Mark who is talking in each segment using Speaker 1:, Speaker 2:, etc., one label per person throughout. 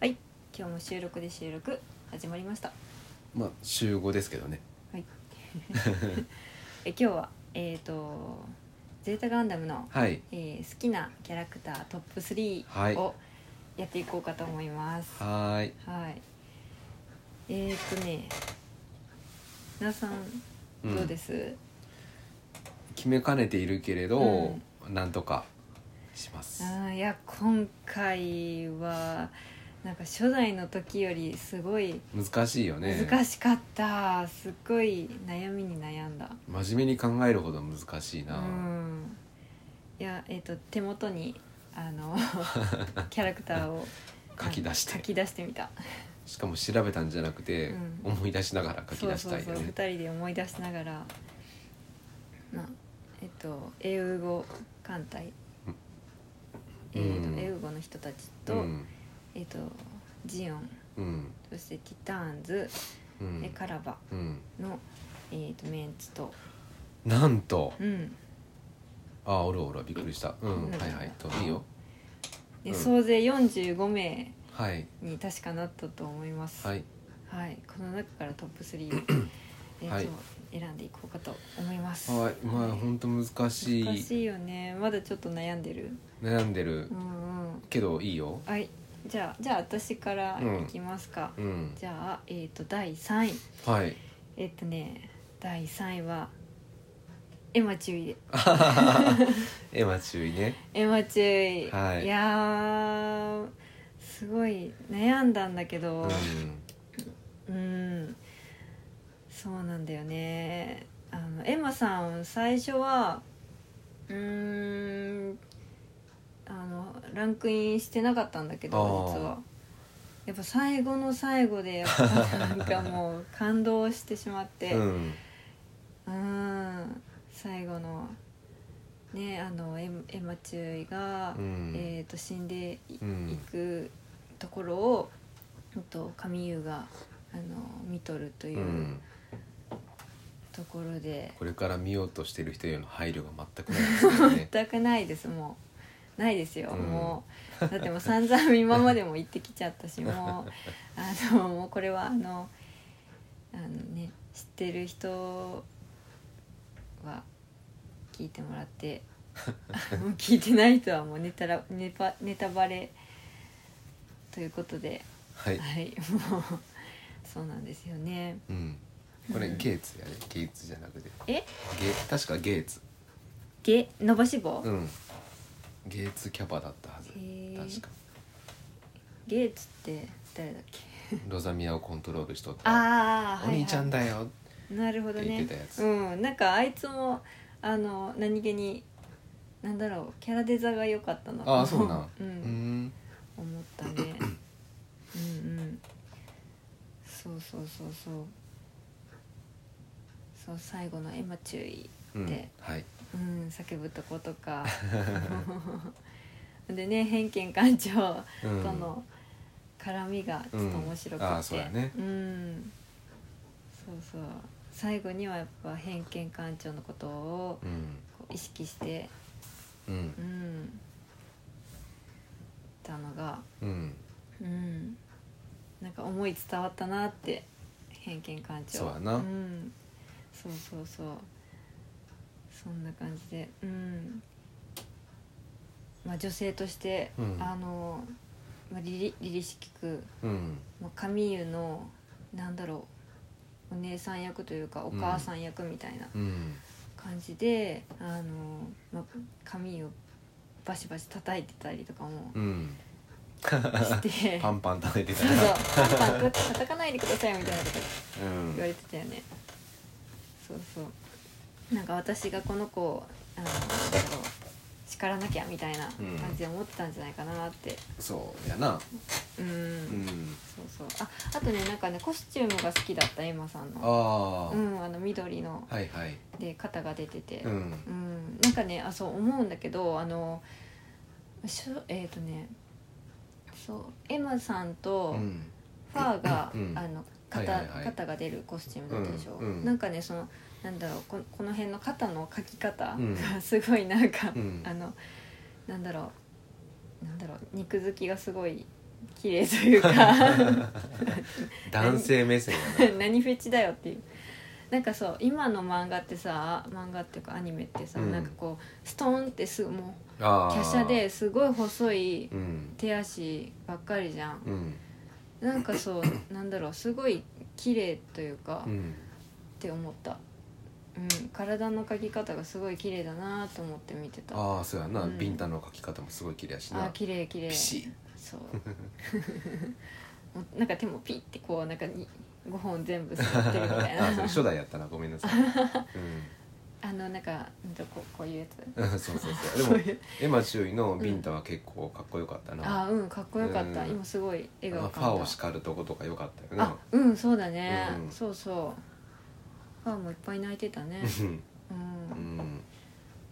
Speaker 1: はい今日も収録で収録始まりました
Speaker 2: まあ週5ですけどね
Speaker 1: はいえ今日はえっ、とゼータガンダムの、
Speaker 2: はい
Speaker 1: えー好きなキャラクタートップ
Speaker 2: はい
Speaker 1: 3をやっていこうかと思いますは
Speaker 2: はーい
Speaker 1: い、えっ、とね皆さん
Speaker 2: ん
Speaker 1: どうです、
Speaker 2: 決めかねているけれど、
Speaker 1: う
Speaker 2: なんとかします
Speaker 1: あーいや今回はなんか初代の時よりすごい
Speaker 2: 難しいよね
Speaker 1: 難しかった、すっごい悩みに悩んだ
Speaker 2: 真面目に考えるほど難しいうな、
Speaker 1: んいやえっ、と手元にあ のキャラクターを
Speaker 2: 書き出し
Speaker 1: あ
Speaker 2: て
Speaker 1: の書き出してみた
Speaker 2: しかも調べたんじゃなくて、
Speaker 1: うん
Speaker 2: 思い出しながら書き出したい
Speaker 1: そうそう
Speaker 2: よ
Speaker 1: そう
Speaker 2: ね
Speaker 1: 2人で思い出しながらなえっ、と英語艦隊、
Speaker 2: うん
Speaker 1: えっ、と英語の人たちと、
Speaker 2: うん
Speaker 1: えっ、とジオン
Speaker 2: うん
Speaker 1: そしてティターンズ、
Speaker 2: う
Speaker 1: え
Speaker 2: ん
Speaker 1: カラバ
Speaker 2: うん
Speaker 1: の、えー、とメンツと、
Speaker 2: なんと
Speaker 1: うん
Speaker 2: あおるおるびっくりしたうん、
Speaker 1: うん
Speaker 2: はいはいといいよ
Speaker 1: で
Speaker 2: うん
Speaker 1: 総勢45名
Speaker 2: はい
Speaker 1: に確かなったと思います、
Speaker 2: はい
Speaker 1: はい、この中からトップ3 えーと、
Speaker 2: はい
Speaker 1: 選んでいこうかと思います。
Speaker 2: はいまあ本当難しい
Speaker 1: 難しいよね。まだちょっと悩んでる。
Speaker 2: 悩んでる、
Speaker 1: うんうん。
Speaker 2: けどいいよ
Speaker 1: はい。じゃあじゃあ私から
Speaker 2: うん
Speaker 1: いきますか。
Speaker 2: うん
Speaker 1: じゃあえっ、と第三位。
Speaker 2: はい
Speaker 1: えっ、とね第三位はエマ注意で。
Speaker 2: エマ注意ね
Speaker 1: エマ注意。
Speaker 2: はい
Speaker 1: やーすごい悩んだんだけ
Speaker 2: う
Speaker 1: ど。
Speaker 2: ん
Speaker 1: うんそうなんだよねあのエマさん最初はうーんあのランクインしてなかったんだけど
Speaker 2: あー
Speaker 1: 実はやっぱ最後の最後でやっぱなんかもう感動してしまって
Speaker 2: う
Speaker 1: うん
Speaker 2: ん
Speaker 1: ん最後のねあのエマエマ注意が、
Speaker 2: うん
Speaker 1: えー、と死んでい,、
Speaker 2: うん、
Speaker 1: くところをうんと神優があの見とるといううんところで、
Speaker 2: これから見ようとしてる人への配慮が全くないですよね
Speaker 1: 全くないですもうないですよ、
Speaker 2: うん
Speaker 1: もうだってもう散々今までも行ってきちゃったしもうあのもうこれはあのあのね知ってる人は聞いてもらってもう聞いてない人はもうネタラネパネタバレということで。
Speaker 2: はい、
Speaker 1: はい、もうそうなんですよね。
Speaker 2: うん、これゲーツやねゲーツじゃなくて
Speaker 1: え、
Speaker 2: ゲ確かゲーツ
Speaker 1: げ伸ばし棒、
Speaker 2: うんゲーツキャパだったはず
Speaker 1: へー
Speaker 2: 確か
Speaker 1: ゲーツって誰だっけ？
Speaker 2: ロザミアをコントロールしとった
Speaker 1: ああ、
Speaker 2: お兄ちゃん
Speaker 1: だ。
Speaker 2: だよ
Speaker 1: なるほど
Speaker 2: って言
Speaker 1: ね
Speaker 2: ってたや。つ
Speaker 1: うん、なんかあいつもあの何気になんだろうキャラデザが良かったな。
Speaker 2: ああそうなん
Speaker 1: う、
Speaker 2: うんん
Speaker 1: 思ったね。うんうん。そうそうそうそう。そう最後のエマ注意。
Speaker 2: うん
Speaker 1: で
Speaker 2: はい
Speaker 1: うん、叫ぶとことか でね偏見館長
Speaker 2: う
Speaker 1: と
Speaker 2: ん
Speaker 1: の絡みがちょっと面白くて、
Speaker 2: うんあーそうやね
Speaker 1: うんそうそう最後にはやっぱ偏見館長のことを
Speaker 2: うん
Speaker 1: こう意識して、
Speaker 2: うん
Speaker 1: うん、たのが、
Speaker 2: うん
Speaker 1: うん、なんか思い伝わったなって偏見館長、
Speaker 2: そうやなん
Speaker 1: そうそうそうそんな感じでうんまあ女性として、
Speaker 2: うん
Speaker 1: あの、まあ、凛々凛々しく、
Speaker 2: うん
Speaker 1: まあ、神湯のなんだろうお姉さん役というかお母さん役みたいな
Speaker 2: うん
Speaker 1: 感じで、あの、まあ、神湯をバシバシ叩いてたりとかも
Speaker 2: うん
Speaker 1: して。
Speaker 2: パンパン食べてた
Speaker 1: そう
Speaker 2: な
Speaker 1: そう「パンパン叩かないでください」みたいなこと
Speaker 2: うん
Speaker 1: 言われてたよねそうそうなんか私がこの子をあのなんだろう叱らなきゃみたいな感じで思ってたんじゃないかなって
Speaker 2: そうやな
Speaker 1: うん
Speaker 2: うん
Speaker 1: そうそうああとねなんかねコスチュームが好きだったエマさんの
Speaker 2: ああ、
Speaker 1: うんあの緑の
Speaker 2: はいはい
Speaker 1: で肩が出てて
Speaker 2: う
Speaker 1: うん、
Speaker 2: ん
Speaker 1: なんかねあそう思うんだけどあのしょえっ、とねそうエマさんと、
Speaker 2: うん
Speaker 1: ファーが、
Speaker 2: うん
Speaker 1: あの
Speaker 2: はい
Speaker 1: 肩、
Speaker 2: はいはい
Speaker 1: 肩が出るコスチュームだったでしょ、
Speaker 2: うんうん
Speaker 1: なんかねそのなんだろうここの辺の肩の描き方
Speaker 2: うん
Speaker 1: が すごいなんか、
Speaker 2: うん
Speaker 1: あのなんだろうなんだろう肉付きがすごい綺麗というか
Speaker 2: 男性目線や
Speaker 1: 何フェチだよっていうなんかそう今の漫画ってさ漫画っていうかアニメってさ、
Speaker 2: うん
Speaker 1: なんかこうストーンってすぐも
Speaker 2: な
Speaker 1: う
Speaker 2: あー
Speaker 1: 華奢ですごい細い
Speaker 2: うん
Speaker 1: 手足ばっかりじゃん、
Speaker 2: うん
Speaker 1: なんか そうなんだろうすごい綺麗というか、
Speaker 2: う
Speaker 1: っ
Speaker 2: ん
Speaker 1: て思った、うん、体の描き方がすごい綺麗だなと思って見てたあ
Speaker 2: ああそうやな、
Speaker 1: うん
Speaker 2: ビンタの描き方もすごい綺麗やしな
Speaker 1: ー綺麗綺麗
Speaker 2: ピシ
Speaker 1: そうもうなんか手もピッてこうなんかに5本全部吸ってるみたい
Speaker 2: ッ あーそれ
Speaker 1: な
Speaker 2: 初代やったなごめんなさい、
Speaker 1: あのなんかうんとこうこういうやつ
Speaker 2: うん、そうそうそ
Speaker 1: そ
Speaker 2: う
Speaker 1: う
Speaker 2: でも
Speaker 1: いう
Speaker 2: エマ周囲のビンタは結構かっこよかったな、
Speaker 1: あーうんかっこよかった、
Speaker 2: うん
Speaker 1: 今すごい笑
Speaker 2: あ
Speaker 1: 顔
Speaker 2: の
Speaker 1: 浮
Speaker 2: フ
Speaker 1: か
Speaker 2: ァ
Speaker 1: んだ
Speaker 2: を叱るとことかよかったよ
Speaker 1: あ
Speaker 2: な
Speaker 1: うんそうだね、
Speaker 2: うん
Speaker 1: そうそうファーもいっぱい泣いてたねう
Speaker 2: うんん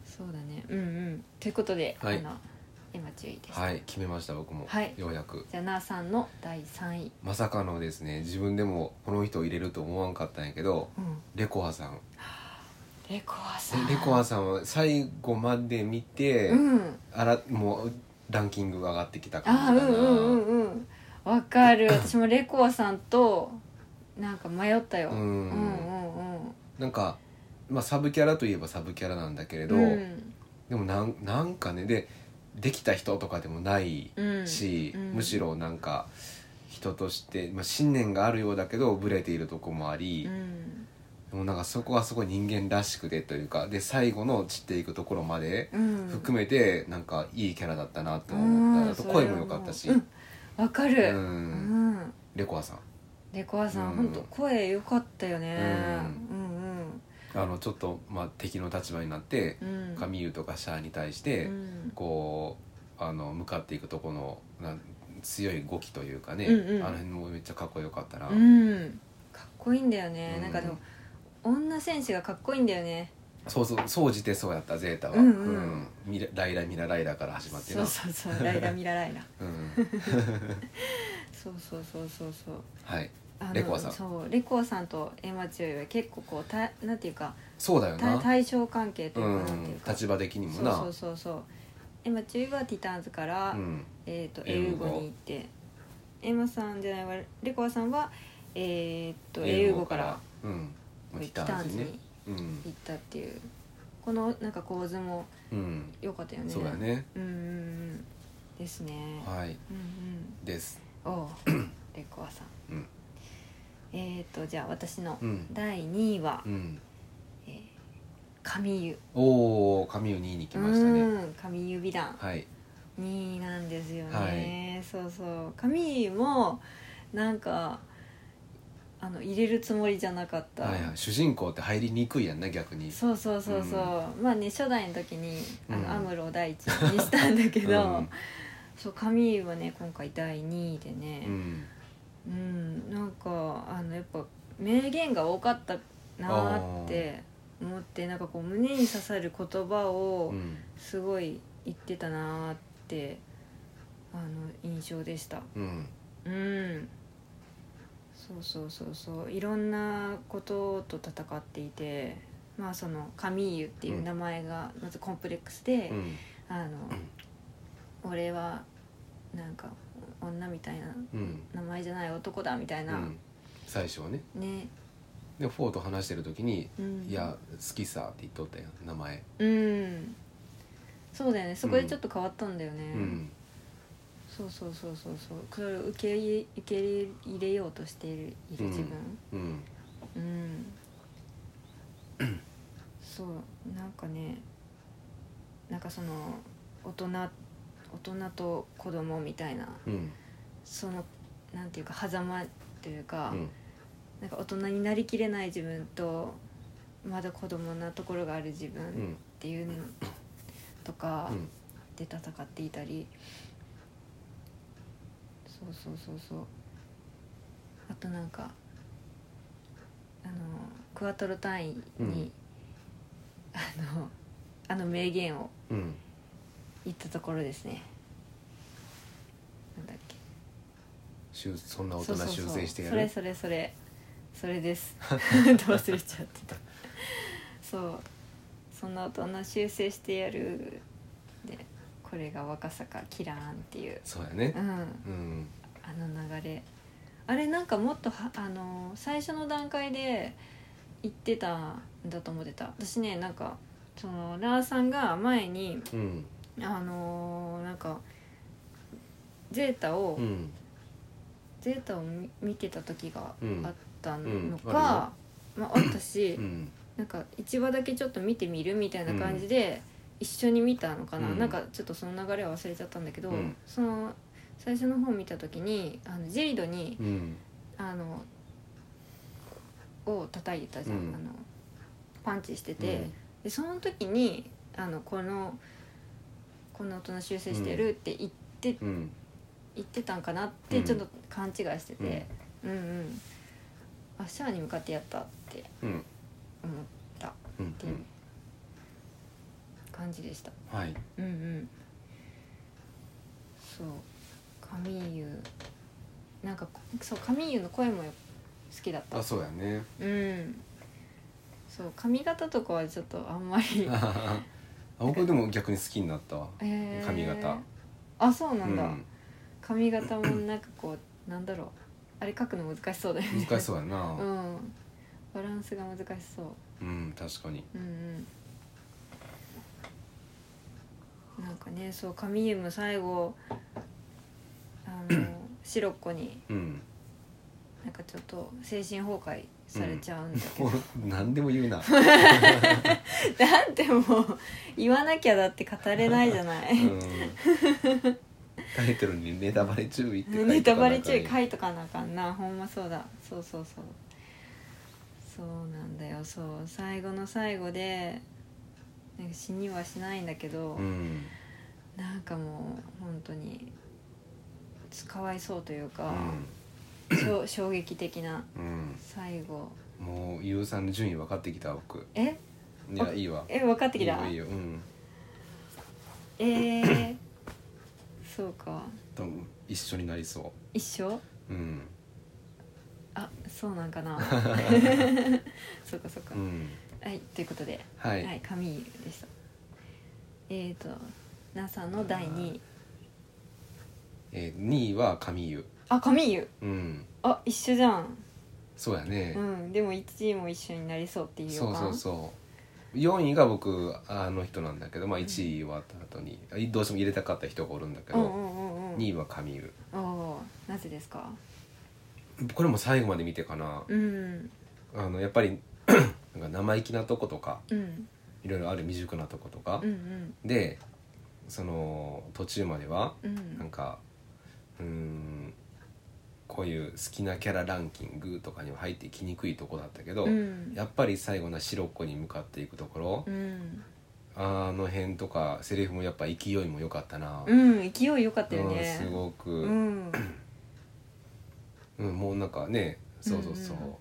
Speaker 1: そうだねうんうんということで、
Speaker 2: はい
Speaker 1: あの今注意です、
Speaker 2: はい決めました僕も、
Speaker 1: はい
Speaker 2: ようやく
Speaker 1: じゃあなあさんの第三位、
Speaker 2: まさかのですね自分でもこの人を入れると思わんかったんやけど
Speaker 1: うん、
Speaker 2: レコアさん
Speaker 1: レコアさん
Speaker 2: レコアさんは最後まで見て、
Speaker 1: うん
Speaker 2: あらもうランキングが上がってきた
Speaker 1: あ
Speaker 2: 感
Speaker 1: ー
Speaker 2: じか
Speaker 1: うん
Speaker 2: な、
Speaker 1: うんうんうんわかる私もレコアさんとなんか迷ったよ、
Speaker 2: うん
Speaker 1: うんうんうん
Speaker 2: なんか、まあ、サブキャラといえばサブキャラなんだけれど、
Speaker 1: うん
Speaker 2: でもなんなんかねでできた人とかでもない
Speaker 1: うん
Speaker 2: し、
Speaker 1: うん
Speaker 2: むしろなんか人として、まあ、信念があるようだけどブレているとこもあり
Speaker 1: う、ん
Speaker 2: でもなんかそこはすごい人間らしくてというかで最後の散っていくところまで
Speaker 1: うん
Speaker 2: 含めてなんかいいキャラだったなと思った、あと
Speaker 1: うん
Speaker 2: 声も良かった
Speaker 1: そ
Speaker 2: し、
Speaker 1: れはもううんわかる
Speaker 2: う
Speaker 1: うんん、
Speaker 2: レコアさん
Speaker 1: レコアさん、
Speaker 2: うん
Speaker 1: 本当声良かったよね、うん、
Speaker 2: あのちょっと、まあ、敵の立場になって
Speaker 1: うんうん
Speaker 2: カミーユとかシャアに対し
Speaker 1: う
Speaker 2: て、
Speaker 1: ん
Speaker 2: こうあの向かっていくとこのなん強い動きというかね、
Speaker 1: うんうん
Speaker 2: あの辺もめっちゃかっこよかったな、
Speaker 1: うんかっこいいんだよね、
Speaker 2: うん
Speaker 1: なんかでも女戦士がかっこいいんだよね
Speaker 2: そうそう総じてそうやったゼータは、
Speaker 1: うんうん
Speaker 2: ミラライラミラライラから始まって
Speaker 1: そ
Speaker 2: な
Speaker 1: うそうそうライラミラライラ
Speaker 2: うん、
Speaker 1: そうそうそうそうそう
Speaker 2: はい
Speaker 1: あの
Speaker 2: レコアさん
Speaker 1: そうレコアさんとエマチュイは結構こうたなんていうか
Speaker 2: そうだよ
Speaker 1: た
Speaker 2: な、、
Speaker 1: 対象関係といううか、なんていうんか
Speaker 2: 立場的にも
Speaker 1: そう
Speaker 2: な
Speaker 1: そうそうそうエマチュイはティターンズから、
Speaker 2: うん
Speaker 1: えー、と
Speaker 2: 英
Speaker 1: エウ
Speaker 2: 語
Speaker 1: ゴに行ってエマさんじゃないわレコアさんはえー、とエウゴから
Speaker 2: 英語うんまあ
Speaker 1: 来
Speaker 2: 来
Speaker 1: た
Speaker 2: た
Speaker 1: ん
Speaker 2: んですね
Speaker 1: に
Speaker 2: うん
Speaker 1: 行ったっていうこのなんか構図も
Speaker 2: うん
Speaker 1: 良かったよね
Speaker 2: そうだね
Speaker 1: うんうんうんですね、
Speaker 2: はい
Speaker 1: うん
Speaker 2: です
Speaker 1: うん おうレコアさん
Speaker 2: うん
Speaker 1: えー、とじゃあ私の
Speaker 2: うん
Speaker 1: 第2位は、
Speaker 2: うん
Speaker 1: えー神湯
Speaker 2: おお神を2位に来ましたね
Speaker 1: うん神湯美談
Speaker 2: はい
Speaker 1: 2位なんですよね、そうそう神湯もなんかあの入れるつもりじゃなかった、
Speaker 2: はいはい主人公って入りにくいやんな逆に
Speaker 1: そうそうそうそう、まあね初代の時にあの、
Speaker 2: うん
Speaker 1: アムロを第一にしたんだけど、
Speaker 2: うん
Speaker 1: そう神湯はね今回第2位でね、
Speaker 2: うん
Speaker 1: うんなんかあのやっぱ名言が多かったなーって思ってなんかこう胸に刺さる言葉
Speaker 2: う
Speaker 1: を
Speaker 2: ん
Speaker 1: すごい言ってたなーってあの印象でした
Speaker 2: うん
Speaker 1: うんそうそうそうそういろんなことと戦っていてまあその「神湯」っていう名前がまずコンプレックスで、
Speaker 2: うん
Speaker 1: あの俺はなんか女みたいな
Speaker 2: うん
Speaker 1: 名前じゃない男だみたいうな、
Speaker 2: ん最初はね
Speaker 1: ね、
Speaker 2: でフォーと話してる時に
Speaker 1: うん
Speaker 2: 「いや好きさ」って言っとったやん名前
Speaker 1: うんそうだよねそこでちょっと変わったんだよね、
Speaker 2: うん
Speaker 1: そうそうそうそうそうこれを受け入れ受け入れようとしているいる自分
Speaker 2: うん
Speaker 1: うん、そうなんかねなんかその大人大人と子供みたいな
Speaker 2: うん
Speaker 1: そのなんていうか狭間というか、
Speaker 2: うん
Speaker 1: なんか大人になりきれない自分とまだ子供なところがある自分
Speaker 2: う
Speaker 1: っ
Speaker 2: ん
Speaker 1: ていうのとか、
Speaker 2: うん
Speaker 1: で戦っていたりそうそうそうそうあとなんかあのクワトロ単位に、
Speaker 2: うん
Speaker 1: あのあの名言を
Speaker 2: うん
Speaker 1: 言ったところですねなんだっけ
Speaker 2: 修そんな大
Speaker 1: そうそう
Speaker 2: 人
Speaker 1: そう
Speaker 2: 修正してや
Speaker 1: それ
Speaker 2: る
Speaker 1: それそれそれです どう忘れちゃってたそうそんな大人修正してやるでこれが若さかキラーンっていう
Speaker 2: そうやね
Speaker 1: うん
Speaker 2: うん
Speaker 1: であれなんかもっとはあの最初の段階で言ってたんだと思ってた私ねなんかそのラーさんが前に
Speaker 2: うん
Speaker 1: あのーなんかゼータを、
Speaker 2: うん
Speaker 1: ゼータを見見てた時があったの
Speaker 2: うんうんあ
Speaker 1: か、まあ、あったし、
Speaker 2: うん
Speaker 1: なんか1話だけちょっと見てみるみたいな感じで一緒に見たのかな、
Speaker 2: うん
Speaker 1: なんかちょっとその流れは忘れちゃったんだけど、
Speaker 2: うん
Speaker 1: その最初の方見た時にあのジェリドに
Speaker 2: うん
Speaker 1: あのを叩いてたじゃん、
Speaker 2: うん
Speaker 1: あのパンチしてて、でその時にあのこの「この音の修正してる」って言って、
Speaker 2: うん
Speaker 1: 言ってたんかなってちょっと勘違いしてて、うん、うんあシャアに向かってやったって
Speaker 2: うん
Speaker 1: 思った
Speaker 2: うん
Speaker 1: っていう感じでした。
Speaker 2: はい
Speaker 1: うんうんそうカミーユなんかこそうカミーユの声も好きだった
Speaker 2: あそうやね
Speaker 1: うんそう髪型とかはちょっとあんまり
Speaker 2: あ僕でも逆に好きになったわ
Speaker 1: えー
Speaker 2: 髪型
Speaker 1: あそう
Speaker 2: う
Speaker 1: なんだ、
Speaker 2: ん
Speaker 1: 髪型もなんかこうなんだろうあれ描くの難しそうだよね
Speaker 2: 難しそうや
Speaker 1: う
Speaker 2: なん
Speaker 1: バランスが難しそう
Speaker 2: うん確かに
Speaker 1: うんうんなんかねそうカミユも最後あ のシロッコに
Speaker 2: うん
Speaker 1: なんかちょっと精神崩壊されちゃうんだけど、
Speaker 2: も う何でも言うな
Speaker 1: だってもう言わなきゃだって語れないじゃ ない、
Speaker 2: うんタイトルにネタバレ注意って書いて
Speaker 1: ネタバレ注意
Speaker 2: かな
Speaker 1: 書いとかなあかんなほんまそうだそうそうそうそうなんだよそう最後の最後でなんか死にはしないんだけど、
Speaker 2: うん
Speaker 1: なんかもう本当にかわいそうという
Speaker 2: う
Speaker 1: か、
Speaker 2: ん
Speaker 1: しょ衝撃的な
Speaker 2: うん
Speaker 1: 最後
Speaker 2: もうゆうさんの順位分かってきた僕
Speaker 1: え
Speaker 2: いやいいわ
Speaker 1: え分かってきた
Speaker 2: いいよいいようん
Speaker 1: えー、そうか
Speaker 2: 多分一緒になりそ
Speaker 1: 一生
Speaker 2: ううん
Speaker 1: あそうなんか なそうかそうか、
Speaker 2: うん
Speaker 1: はいということで
Speaker 2: は、
Speaker 1: はいい、神でしたえっ、ー、と NASA の第2位
Speaker 2: えー、2位は神湯
Speaker 1: あ神湯
Speaker 2: うん
Speaker 1: あ一緒じゃん
Speaker 2: そうやね、
Speaker 1: うんでも1位も一緒になりそうっていう予
Speaker 2: そう
Speaker 1: 感
Speaker 2: そうそう4位が僕あの人なんだけど、まあ、1位終わった後に、どうしても入れたかった人がおるんだけど、
Speaker 1: うんうんうんうん
Speaker 2: 2位は神湯
Speaker 1: おおーなぜですか
Speaker 2: これも最後まで見てかな、
Speaker 1: うん
Speaker 2: あのやっぱり なんか生意気なとことか
Speaker 1: うん
Speaker 2: いろいろある未熟なとことか
Speaker 1: う、ん
Speaker 2: でその途中までは
Speaker 1: うんう
Speaker 2: なん
Speaker 1: ん
Speaker 2: かうーんこういう好きなキャラランキングとかには入ってきにくいとこだったけど、
Speaker 1: うん
Speaker 2: やっぱり最後の白子に向かっていくところ、
Speaker 1: うん
Speaker 2: あの辺とかセリフもやっぱ勢いも良かったな、
Speaker 1: うん勢い良かったよ
Speaker 2: うん
Speaker 1: ね
Speaker 2: すごく、
Speaker 1: う
Speaker 2: うん
Speaker 1: ん
Speaker 2: もうなんかねそうそうそう、
Speaker 1: うんうん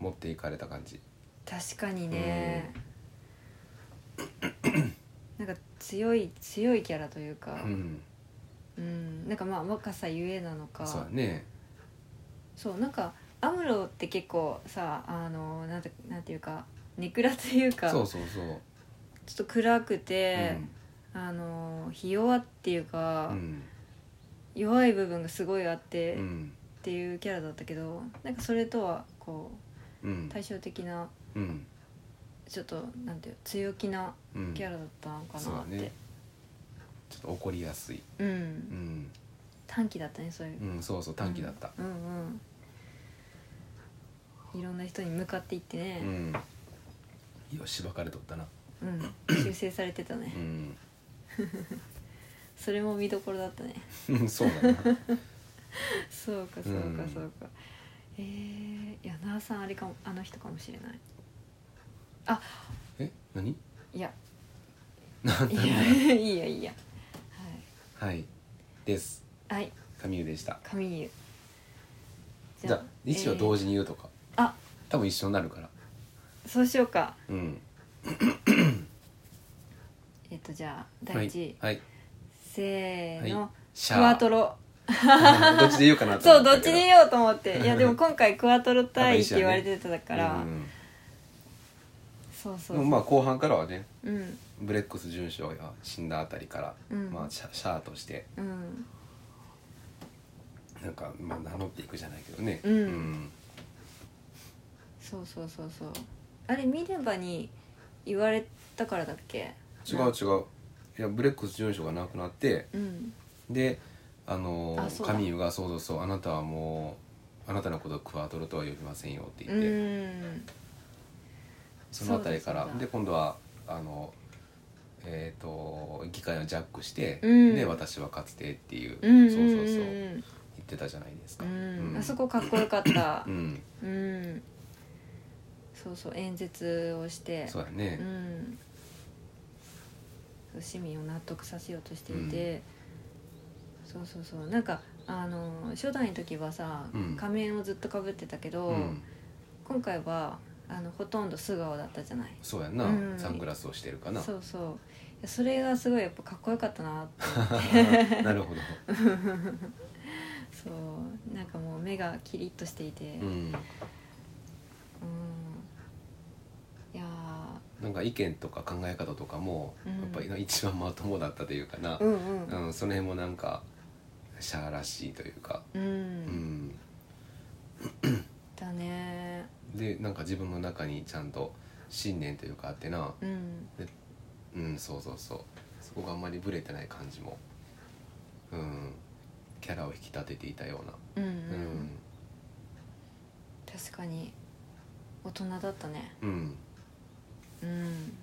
Speaker 2: 持っていかれた感じ
Speaker 1: 確かにねなんか強い強いキャラというか
Speaker 2: うん
Speaker 1: うんなんかまあ若さゆえなのか
Speaker 2: そうだね
Speaker 1: そうなんかアムロって結構さあのなんてなんていうかネクラというかち
Speaker 2: そ
Speaker 1: ょ
Speaker 2: うそうそう、
Speaker 1: っと暗くてあのひ弱っていう
Speaker 2: う
Speaker 1: か
Speaker 2: ん
Speaker 1: 弱い部分がすごいあっ
Speaker 2: う
Speaker 1: てっ
Speaker 2: ん
Speaker 1: ていうキャラだったけどなんかそれとはこう
Speaker 2: うん
Speaker 1: 対照的な
Speaker 2: うん
Speaker 1: ちょっとなんていう強気な
Speaker 2: うん
Speaker 1: キャラだったのか
Speaker 2: そう
Speaker 1: な
Speaker 2: だ
Speaker 1: って
Speaker 2: ねちょっと怒りやすい、
Speaker 1: うん、
Speaker 2: うん
Speaker 1: 短期だったねそういう、
Speaker 2: うん、そうそう短期だった、
Speaker 1: うんうんいろんな人に向かっていって
Speaker 2: う
Speaker 1: ね、
Speaker 2: んよしばかれとったな
Speaker 1: うん修正されてたね、
Speaker 2: う
Speaker 1: それも見どころだったね
Speaker 2: ん そうだな
Speaker 1: そうかそうか
Speaker 2: うん
Speaker 1: そうか、えー、いや那覇さんあれかもあの人かもしれない
Speaker 2: え何
Speaker 1: いや
Speaker 2: なん
Speaker 1: い
Speaker 2: だ
Speaker 1: やいいやいいや
Speaker 2: はいです
Speaker 1: はい、はい、
Speaker 2: 神湯でした
Speaker 1: 神湯
Speaker 2: じゃあ一応同
Speaker 1: 時、
Speaker 2: 時に言うとか、
Speaker 1: えーあ
Speaker 2: 多分一緒になるから
Speaker 1: そうしようか
Speaker 2: うん
Speaker 1: えっ、とじゃあ第一位、
Speaker 2: はい、
Speaker 1: せ
Speaker 2: は
Speaker 1: ー
Speaker 2: い
Speaker 1: の、
Speaker 2: はい、シ
Speaker 1: クワトロ
Speaker 2: ーどっちで言うかなと
Speaker 1: そ
Speaker 2: 思
Speaker 1: う
Speaker 2: た
Speaker 1: ど
Speaker 2: け
Speaker 1: っちで言おうと思 っていやでも今回クワトロ対って言われてたから、
Speaker 2: うん
Speaker 1: そうそ
Speaker 2: で
Speaker 1: う
Speaker 2: もまあ後半からはね
Speaker 1: うん
Speaker 2: ブレックス准将が死んだあたりから、
Speaker 1: うん
Speaker 2: まあシャシャアとして
Speaker 1: うん
Speaker 2: なんか、まあ、名乗っていくじゃないけどね、
Speaker 1: うんそうそうそうそうあれ見ればに言われたからだっけ
Speaker 2: 違う違ういやブレックス事務所がなくなって
Speaker 1: うん
Speaker 2: であの
Speaker 1: あそうだ
Speaker 2: カミーユが「そうそうそうあなたはもうあなたのことをクワトロとは呼びませんよ」って
Speaker 1: う
Speaker 2: 言って、
Speaker 1: ん
Speaker 2: その辺りから
Speaker 1: そうだそうだ
Speaker 2: で今度はあのえっ、と議会をジャックして、
Speaker 1: うん
Speaker 2: で私はかつてっていう、
Speaker 1: うん
Speaker 2: そうそうそう
Speaker 1: ん
Speaker 2: 言ってたじゃないです
Speaker 1: う
Speaker 2: か、
Speaker 1: ん
Speaker 2: うん
Speaker 1: あそこかっこよかった
Speaker 2: うん
Speaker 1: うんそうそう演説をして
Speaker 2: そうだね、
Speaker 1: うんそう市民を納得させようとしていて、そうそうそうなんかあの初代の時はさ、
Speaker 2: うん
Speaker 1: 仮面をずっとかぶってたけど、
Speaker 2: うん
Speaker 1: 今回はあのほとんど素顔だったじゃない
Speaker 2: そうやんな、
Speaker 1: うん
Speaker 2: サングラスをしてるかな
Speaker 1: そうそういやそれがすごいやっぱかっこよかったなって
Speaker 2: なるほど、
Speaker 1: そうなんかもう目がキリッとしていて、うん
Speaker 2: うん、
Speaker 1: いや
Speaker 2: なんか意見とか考え方とかも、
Speaker 1: うん
Speaker 2: やっぱり一番まともだったというかな
Speaker 1: ー、うんうん
Speaker 2: うん、その辺もなんかシャアらしいというか、
Speaker 1: うん、
Speaker 2: うん、
Speaker 1: だね
Speaker 2: でなんか自分の中にちゃんと信念というかあってな
Speaker 1: うん
Speaker 2: うんそうそうそうそこがあんまりブレてない感じもうんキャラを引き立てていたよう
Speaker 1: うん、う
Speaker 2: なうんん、
Speaker 1: 確かに大人だったね
Speaker 2: うん、
Speaker 1: うん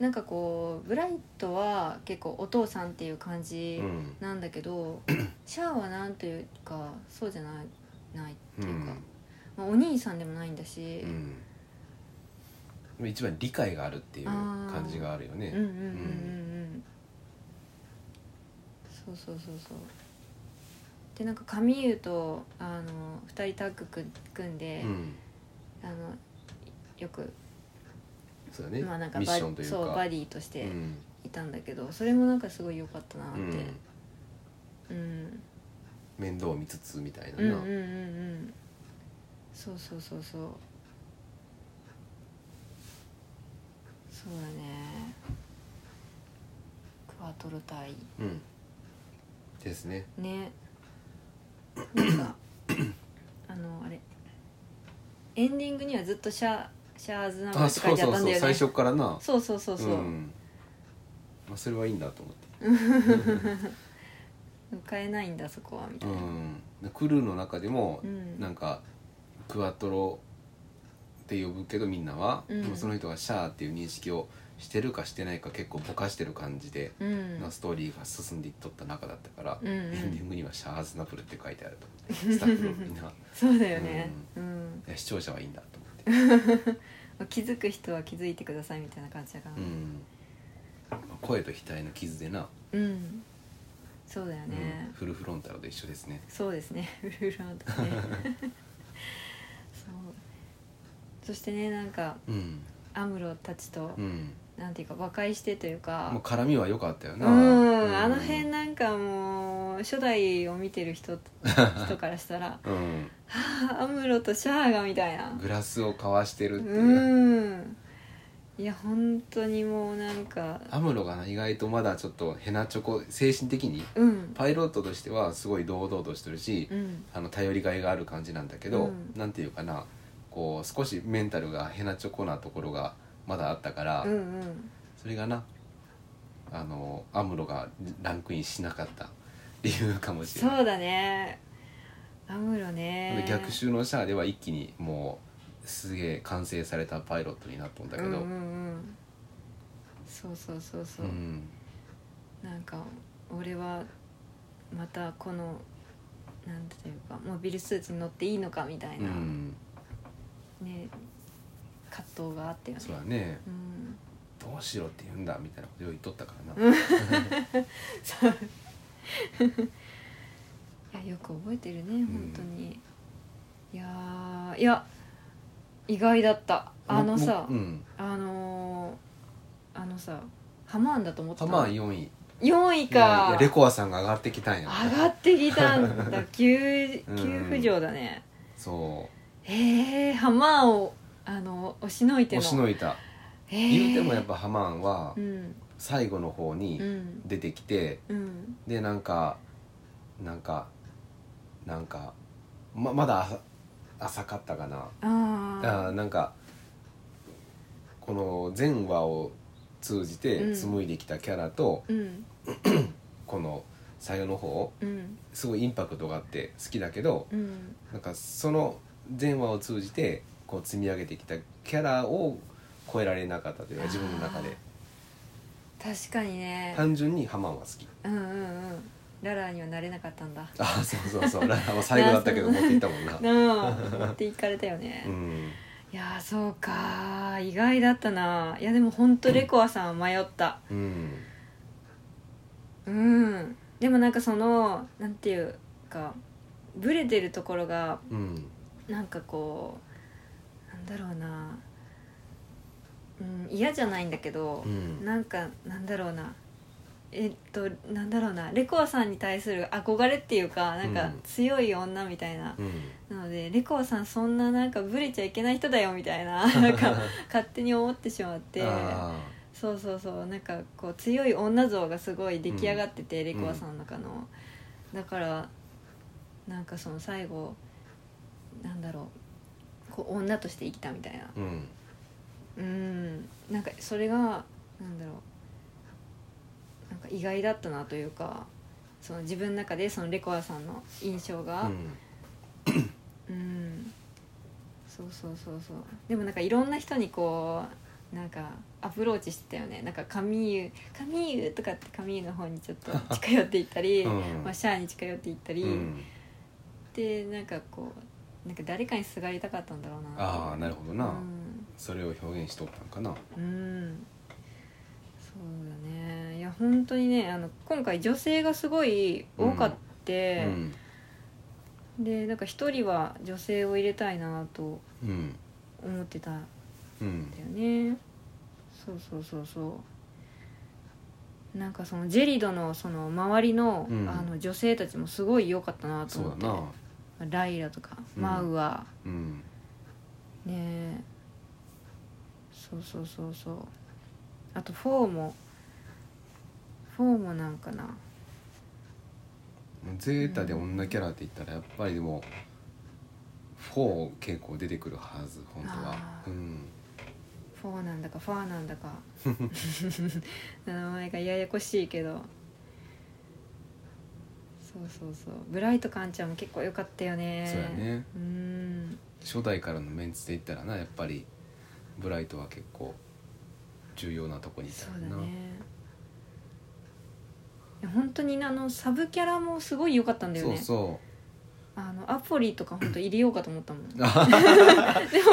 Speaker 1: なんかこうブライトは結構お父さんっていう感
Speaker 2: う
Speaker 1: じ
Speaker 2: ん
Speaker 1: なんだけど、シャアはなんというかそうじゃないないっていうか、まあ、お兄さんでもないんだし、
Speaker 2: うんでも一番理解があるっていう
Speaker 1: あー
Speaker 2: 感じがあるよね
Speaker 1: うんうんうんうんうんそうそうそうそうでなんか神優とあの2人タッグ組組んで、
Speaker 2: うん
Speaker 1: あのよく、
Speaker 2: そうだね、
Speaker 1: まあ、なんか
Speaker 2: ミッ
Speaker 1: バ
Speaker 2: ションというか
Speaker 1: そうバディとし
Speaker 2: う
Speaker 1: て
Speaker 2: ん
Speaker 1: いたんだけど、それもなんかすごい良かったなって、
Speaker 2: うん
Speaker 1: うん、
Speaker 2: 面倒を見つつみたいな
Speaker 1: うんうん
Speaker 2: な、
Speaker 1: うんうんそうそうそうそうそうだねクワトロ隊
Speaker 2: うんですね
Speaker 1: ねなんかあのあれエンディングにはずっとシャシャーズナム
Speaker 2: あ
Speaker 1: って書
Speaker 2: そ
Speaker 1: いうてあ
Speaker 2: そ
Speaker 1: ったん
Speaker 2: う
Speaker 1: だ
Speaker 2: そう、
Speaker 1: よ
Speaker 2: 最
Speaker 1: ね
Speaker 2: 初からな
Speaker 1: そうそうそうそう、
Speaker 2: んまあ、それはいいんだと思って
Speaker 1: 変えないんだそこはみた
Speaker 2: う
Speaker 1: いな、
Speaker 2: んでクルーの中でも
Speaker 1: うん
Speaker 2: なんかクワトロって呼ぶけどみんなは、
Speaker 1: うん
Speaker 2: でもその人がシャーっていう認識をしてるかしてないか結構ぼかしてる感じで、
Speaker 1: うん、
Speaker 2: なストーリーが進んでいっとった中だったから、
Speaker 1: うんうん
Speaker 2: エンディングには「シャーズナブル」って書いてあると思ってスタッフのみんない
Speaker 1: そうだよね、うん
Speaker 2: や視聴者はいいんだと思 って、
Speaker 1: 気づく人は気づいてくださいみたいな感じだから、
Speaker 2: うんまあ声と額の傷でな、
Speaker 1: うんそうだよね
Speaker 2: うん、フルフロンタルと一緒ですね
Speaker 1: そうですね ウルフランとかねそうそしてねなんか
Speaker 2: うん、
Speaker 1: アムロたちと、
Speaker 2: うん、
Speaker 1: なんていうか和解してという
Speaker 2: もう
Speaker 1: か
Speaker 2: 絡みは良かったよ
Speaker 1: うん
Speaker 2: な
Speaker 1: あの辺なんかもう初代を見てる 人人からしたら
Speaker 2: うん
Speaker 1: 「はあアムロとシャアが」みたいな
Speaker 2: グラスを交わしてる
Speaker 1: う
Speaker 2: っていう、
Speaker 1: んいや本当にもうなんか
Speaker 2: アムロがな意外とまだちょっとヘナチョコ精神的に
Speaker 1: うん
Speaker 2: パイロットとしてはすごい堂々としてるし、
Speaker 1: うん
Speaker 2: あの頼りがいがある感じなんだけど、
Speaker 1: うん
Speaker 2: なんていうかなこう少しメンタルがヘナチョコなところがまだあったから、
Speaker 1: うんうん
Speaker 2: それがなあのアムロがランクインしなかった理由かもしれない。
Speaker 1: そうだねアムロね
Speaker 2: で逆襲のシャアでは一気にもうすげえ完成されたパイロットになったんだけど、
Speaker 1: うんうんうんそうそうそうそう、
Speaker 2: うん
Speaker 1: なんか俺はまたこのなんていうかモビルスーツに乗っていいのかみたいうな、
Speaker 2: ん、
Speaker 1: ね葛藤があったよね
Speaker 2: そうだね
Speaker 1: うん
Speaker 2: どうしろって言うんだみたいなことを言っとったからな、
Speaker 1: そういやよく覚えてるね本当に、いやーいや意外だったあのさ、
Speaker 2: ももうん、
Speaker 1: あのー、あのさハマーンだと思ってた
Speaker 2: ハマーン4位
Speaker 1: 4位
Speaker 2: いやい
Speaker 1: か
Speaker 2: やレコアさんが上がってきたんや
Speaker 1: 上がってきたん だ急
Speaker 2: うん
Speaker 1: 急浮上だね、
Speaker 2: そ
Speaker 1: へえハマーンをあの押しのいうての
Speaker 2: 押しのいた、
Speaker 1: へー
Speaker 2: 言うてもやっぱハマーンは
Speaker 1: うん
Speaker 2: 最後の方
Speaker 1: う
Speaker 2: に
Speaker 1: ん
Speaker 2: 出てきて、
Speaker 1: うん
Speaker 2: でなんかなんかなんかままだ浅浅かったかなあ
Speaker 1: あ
Speaker 2: ーなんかこの前話を通じ
Speaker 1: う
Speaker 2: て
Speaker 1: ん
Speaker 2: 紡いできたキャラと、
Speaker 1: ーうん
Speaker 2: この最後の方
Speaker 1: うん
Speaker 2: すごいインパクトがあって好きだけど
Speaker 1: うん
Speaker 2: なんかその前話を通じてこう積み上げてきたキャラを超えられなかったというか自分の中で
Speaker 1: 確かにね
Speaker 2: 単純にハマンは好き
Speaker 1: うんうんうんララにはなれなかったんだ
Speaker 2: あーそうそうそうララは最後だったけど持っていったもんな
Speaker 1: なあ持っていかれたよね、
Speaker 2: うん
Speaker 1: いやーそうかー意外だったないやでもほんとレコアさんは迷った
Speaker 2: うん
Speaker 1: うんでもなんかそのなんていうかブレてるところが
Speaker 2: うん
Speaker 1: なんかこうなんだろうなうん嫌じゃないんだけど
Speaker 2: う、ん
Speaker 1: なんかなんだろうなえっとなんだろうなレコアさんに対する憧れっていうかなん
Speaker 2: う
Speaker 1: か
Speaker 2: ん
Speaker 1: 強い女みたいな、
Speaker 2: うん
Speaker 1: なのでレコアさんそんななんかブレちゃいけない人だよみたいななんか勝手に思ってしまって
Speaker 2: あ
Speaker 1: そうそうそうなんかこう強い女像がすごい出来上がってて、レコアさんの中の、だからなんかその最後なんだろうこう女として生きたみたいな
Speaker 2: ーうん
Speaker 1: うんなんかそれがなんだろうなんか意外だったなというかその自分の中でそのレコアさんの印象
Speaker 2: う
Speaker 1: が
Speaker 2: ん
Speaker 1: うん、そうそうそうそうでもなんかいろんな人にこうなんかアプローチしてたよねなんかカミーユ「カミーユ」とかってカミーユの方にちょっと近寄っていったり、
Speaker 2: うん
Speaker 1: まあ、シャアに近寄っていったり、
Speaker 2: うん
Speaker 1: でなんかこうなんか誰かにすがりたかったんだろうな
Speaker 2: ああなるほどな、
Speaker 1: うん
Speaker 2: それを表現しとったんかな
Speaker 1: うんそうだねいや本当にねあの今回女性がすごい多かって、
Speaker 2: うん
Speaker 1: でなんか一人は女性を入れたいなと
Speaker 2: うん
Speaker 1: 思ってたん
Speaker 2: うん
Speaker 1: だよねそうそうそうそうなんかそのジェリドのその周りの,、
Speaker 2: うん
Speaker 1: あの女性たちもすごい良かったなと
Speaker 2: そう
Speaker 1: 思っ
Speaker 2: だ
Speaker 1: て
Speaker 2: な
Speaker 1: ライラとか
Speaker 2: うん
Speaker 1: マウア、
Speaker 2: うん
Speaker 1: ねえそうそうそうそうあとフォーもフォーもなんかな
Speaker 2: ゼータで女キャラって言ったらやっぱりでも4結構出てくるはず本当は
Speaker 1: あ
Speaker 2: う
Speaker 1: ー
Speaker 2: ん
Speaker 1: フォーなんだかファーなん だか名前がややこしいけどそうそうそうブライトカンちゃんも結構良かったよね
Speaker 2: そうやね
Speaker 1: うん
Speaker 2: 初代からのメンツで言ったらなやっぱりブライトは結構重要なとこにいた
Speaker 1: そ
Speaker 2: よ
Speaker 1: うだ
Speaker 2: な
Speaker 1: ねいや本当にねあのサブキャラもすごい良かったんだよ
Speaker 2: そう
Speaker 1: ね
Speaker 2: そ
Speaker 1: あのアポリとか本当入れようかと思ったもんでも
Speaker 2: う
Speaker 1: こ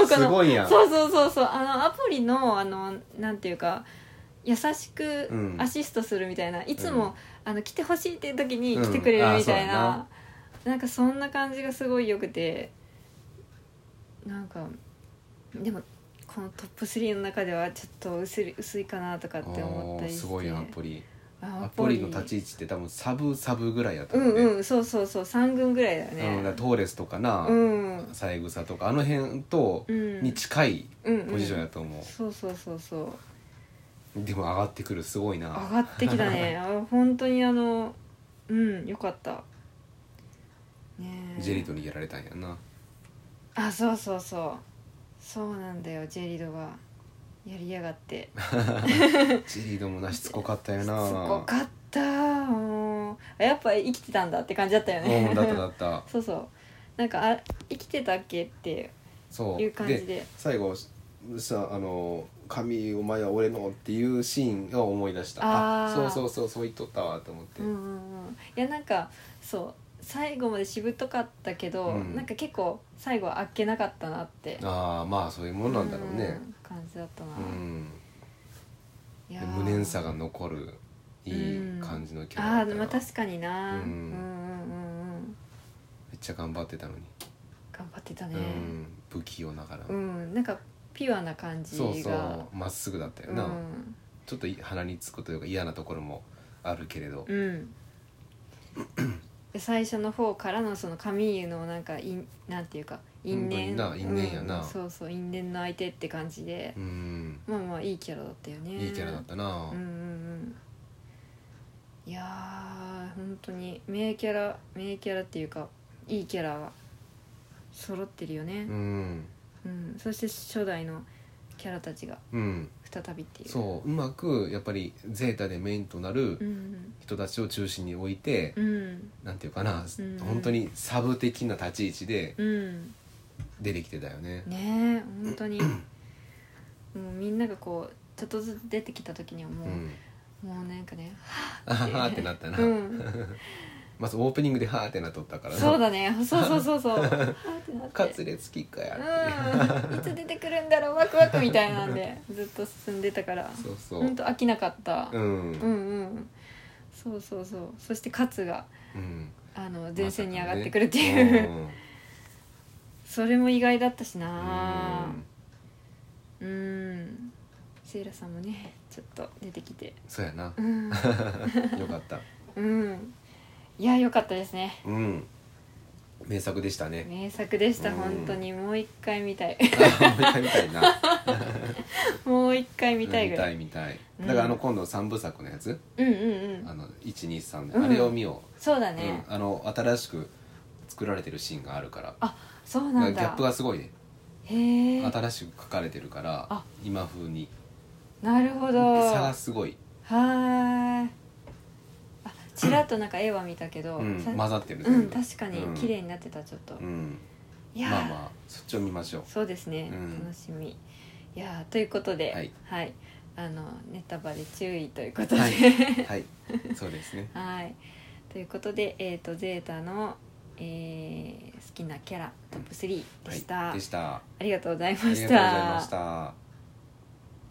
Speaker 1: の
Speaker 2: すごいやん
Speaker 1: そうそうそうそうあのアプリのあのなんていうか優しく
Speaker 2: うん
Speaker 1: アシストするみたいな、いつ
Speaker 2: うん
Speaker 1: もあの来てほしいっていう時に
Speaker 2: うん
Speaker 1: 来てくれ
Speaker 2: あ
Speaker 1: る
Speaker 2: ー
Speaker 1: みたい
Speaker 2: そうや
Speaker 1: な、なんかそんな感じがすごい良くてなんかでもこのトップ3の中ではちょっと薄い薄いかなとかって思った
Speaker 2: おー
Speaker 1: りして
Speaker 2: すごいやんアポリ
Speaker 1: あ
Speaker 2: ア
Speaker 1: ア
Speaker 2: ポ
Speaker 1: ポ
Speaker 2: リ
Speaker 1: リ
Speaker 2: の立ち位置って多分サブサブぐらいやった
Speaker 1: う
Speaker 2: もんね
Speaker 1: んうんそうそうそう3軍ぐらいだよ
Speaker 2: うんだから
Speaker 1: ね
Speaker 2: トーレスとかな
Speaker 1: うん
Speaker 2: 三枝とかあの辺と
Speaker 1: うん
Speaker 2: に近い
Speaker 1: うん
Speaker 2: ポジションやと思
Speaker 1: そうそうそうそう
Speaker 2: うでも上がってくるすごい
Speaker 1: 上
Speaker 2: な
Speaker 1: がってきた ねあ本当にあのうんよかったねえ
Speaker 2: ジェリトにやられたんやな
Speaker 1: あそうそうそうそうなんだよジェリドがやりやがって
Speaker 2: ジェリードもなしつこかったよ
Speaker 1: す
Speaker 2: な
Speaker 1: ごかったもうあやっぱ生きてたんだって感じだったよね
Speaker 2: うんだっただった
Speaker 1: そうそうなんかあ生きてたっけって
Speaker 2: そう
Speaker 1: いう感じで
Speaker 2: 最後さあの「神お前は俺の」っていうシーンを思い出した
Speaker 1: あー
Speaker 2: そうそうそうそう言っとったわと思って、
Speaker 1: うんうんうんいやなんかそう最後までしぶとかったけど、
Speaker 2: うん
Speaker 1: なんか結構最後はあっけなかったなって
Speaker 2: ああまあそういうもんなんだろうね
Speaker 1: ん感じだったな、
Speaker 2: うん、
Speaker 1: いや
Speaker 2: で
Speaker 1: ー
Speaker 2: 無念さが残るい
Speaker 1: うん
Speaker 2: い感じのキャラ
Speaker 1: あ
Speaker 2: だった
Speaker 1: ーまあ
Speaker 2: なめっ
Speaker 1: 確かにな、
Speaker 2: うん
Speaker 1: うん、うんうんうん
Speaker 2: ちゃ頑張ってたのに、
Speaker 1: 頑張ってたね
Speaker 2: うん不器用ながら、
Speaker 1: うん、なんかピュアな感じが
Speaker 2: そうそうまっすぐだったよ
Speaker 1: う
Speaker 2: な、
Speaker 1: ん、
Speaker 2: ちょっと鼻につくというか嫌なところもあるけれど、
Speaker 1: うん、で最初の方からのそのカミーユのなんかいなんていうか因縁
Speaker 2: ほんまにな因縁やな
Speaker 1: うんそうそう因縁の相手って感じで、
Speaker 2: うん、
Speaker 1: まあまあいいキャラだったよね
Speaker 2: いいキャラだったな、
Speaker 1: うんうんうんいやー本当に名キャラ名キャラっていうかいいキャラは揃ってるよね
Speaker 2: う、ん
Speaker 1: うんそして初代のキャラたちが
Speaker 2: うん
Speaker 1: 再びっていう
Speaker 2: そううまくやっぱりゼータでメインとなる
Speaker 1: ん
Speaker 2: 人たちを中心に置いて、
Speaker 1: うん
Speaker 2: なんていうかな、
Speaker 1: うん
Speaker 2: 本当にサブ的な立ち位置で
Speaker 1: うん
Speaker 2: 出てきてたよね。
Speaker 1: ねえ本当に もうみんながこうちょっとずつ出てきた時にはも
Speaker 2: う
Speaker 1: う、
Speaker 2: ん、
Speaker 1: もうなんかね
Speaker 2: あははってなったな、
Speaker 1: うん
Speaker 2: まずオープニングではーってなっとったからな
Speaker 1: そうだねそうそうそう そうはーってなって
Speaker 2: カツレツキかやって、
Speaker 1: うん、いつ出てくるんだろうワクワクみたいなんでずっと進んでたから
Speaker 2: そうそう
Speaker 1: ほんと飽きなかった、
Speaker 2: うん
Speaker 1: うんうんそうそうそうそして勝が
Speaker 2: うん
Speaker 1: あの前線に上がってくるっていう、
Speaker 2: まさかね
Speaker 1: それも意外だったし
Speaker 2: うん
Speaker 1: なうんセイラさんもねちょっと出てきて
Speaker 2: そうやな
Speaker 1: うん、
Speaker 2: よかった
Speaker 1: うん、いや良かったですね
Speaker 2: うん名作でしたね
Speaker 1: 名作でした
Speaker 2: うん
Speaker 1: 本当にもう一回見たい
Speaker 2: あもう一回見たいな
Speaker 1: もう一回 見たいぐ
Speaker 2: 見
Speaker 1: ら
Speaker 2: た
Speaker 1: い
Speaker 2: い見たい
Speaker 1: うん
Speaker 2: だからあの今度三部作のやつ、
Speaker 1: うんうんう
Speaker 2: あ
Speaker 1: ん
Speaker 2: の123、
Speaker 1: うん
Speaker 2: あれを見よ
Speaker 1: そうだ
Speaker 2: う、
Speaker 1: ね、
Speaker 2: うん、あの新しく作られてるシーンがあるから
Speaker 1: あそうなん
Speaker 2: ギ
Speaker 1: だ
Speaker 2: ャップがすごいね
Speaker 1: へえ
Speaker 2: 新しく書かれてるから
Speaker 1: あ
Speaker 2: 今風に
Speaker 1: なるほど
Speaker 2: 差が
Speaker 1: は
Speaker 2: すごい、
Speaker 1: ーいあちらっとなんか絵は見たけど、
Speaker 2: うん、
Speaker 1: さ
Speaker 2: 混ざってる
Speaker 1: う
Speaker 2: 全
Speaker 1: ん、
Speaker 2: 部
Speaker 1: 確かに
Speaker 2: うん
Speaker 1: 綺麗になってたちょっと、
Speaker 2: うん
Speaker 1: いやー
Speaker 2: まあまあそっちを見ましょ
Speaker 1: そうですね、
Speaker 2: うん
Speaker 1: 楽しみいやーということで
Speaker 2: はい、
Speaker 1: あのネタバレ注意ということ
Speaker 2: う
Speaker 1: で
Speaker 2: は
Speaker 1: はい い、
Speaker 2: はいそうですね
Speaker 1: ということでえっ、とゼータの、えー好きなキャラトップ3でした、
Speaker 2: はい、でしたあ
Speaker 1: ありがとうございま
Speaker 2: りがとうご
Speaker 1: し
Speaker 2: ざいま
Speaker 1: た
Speaker 2: した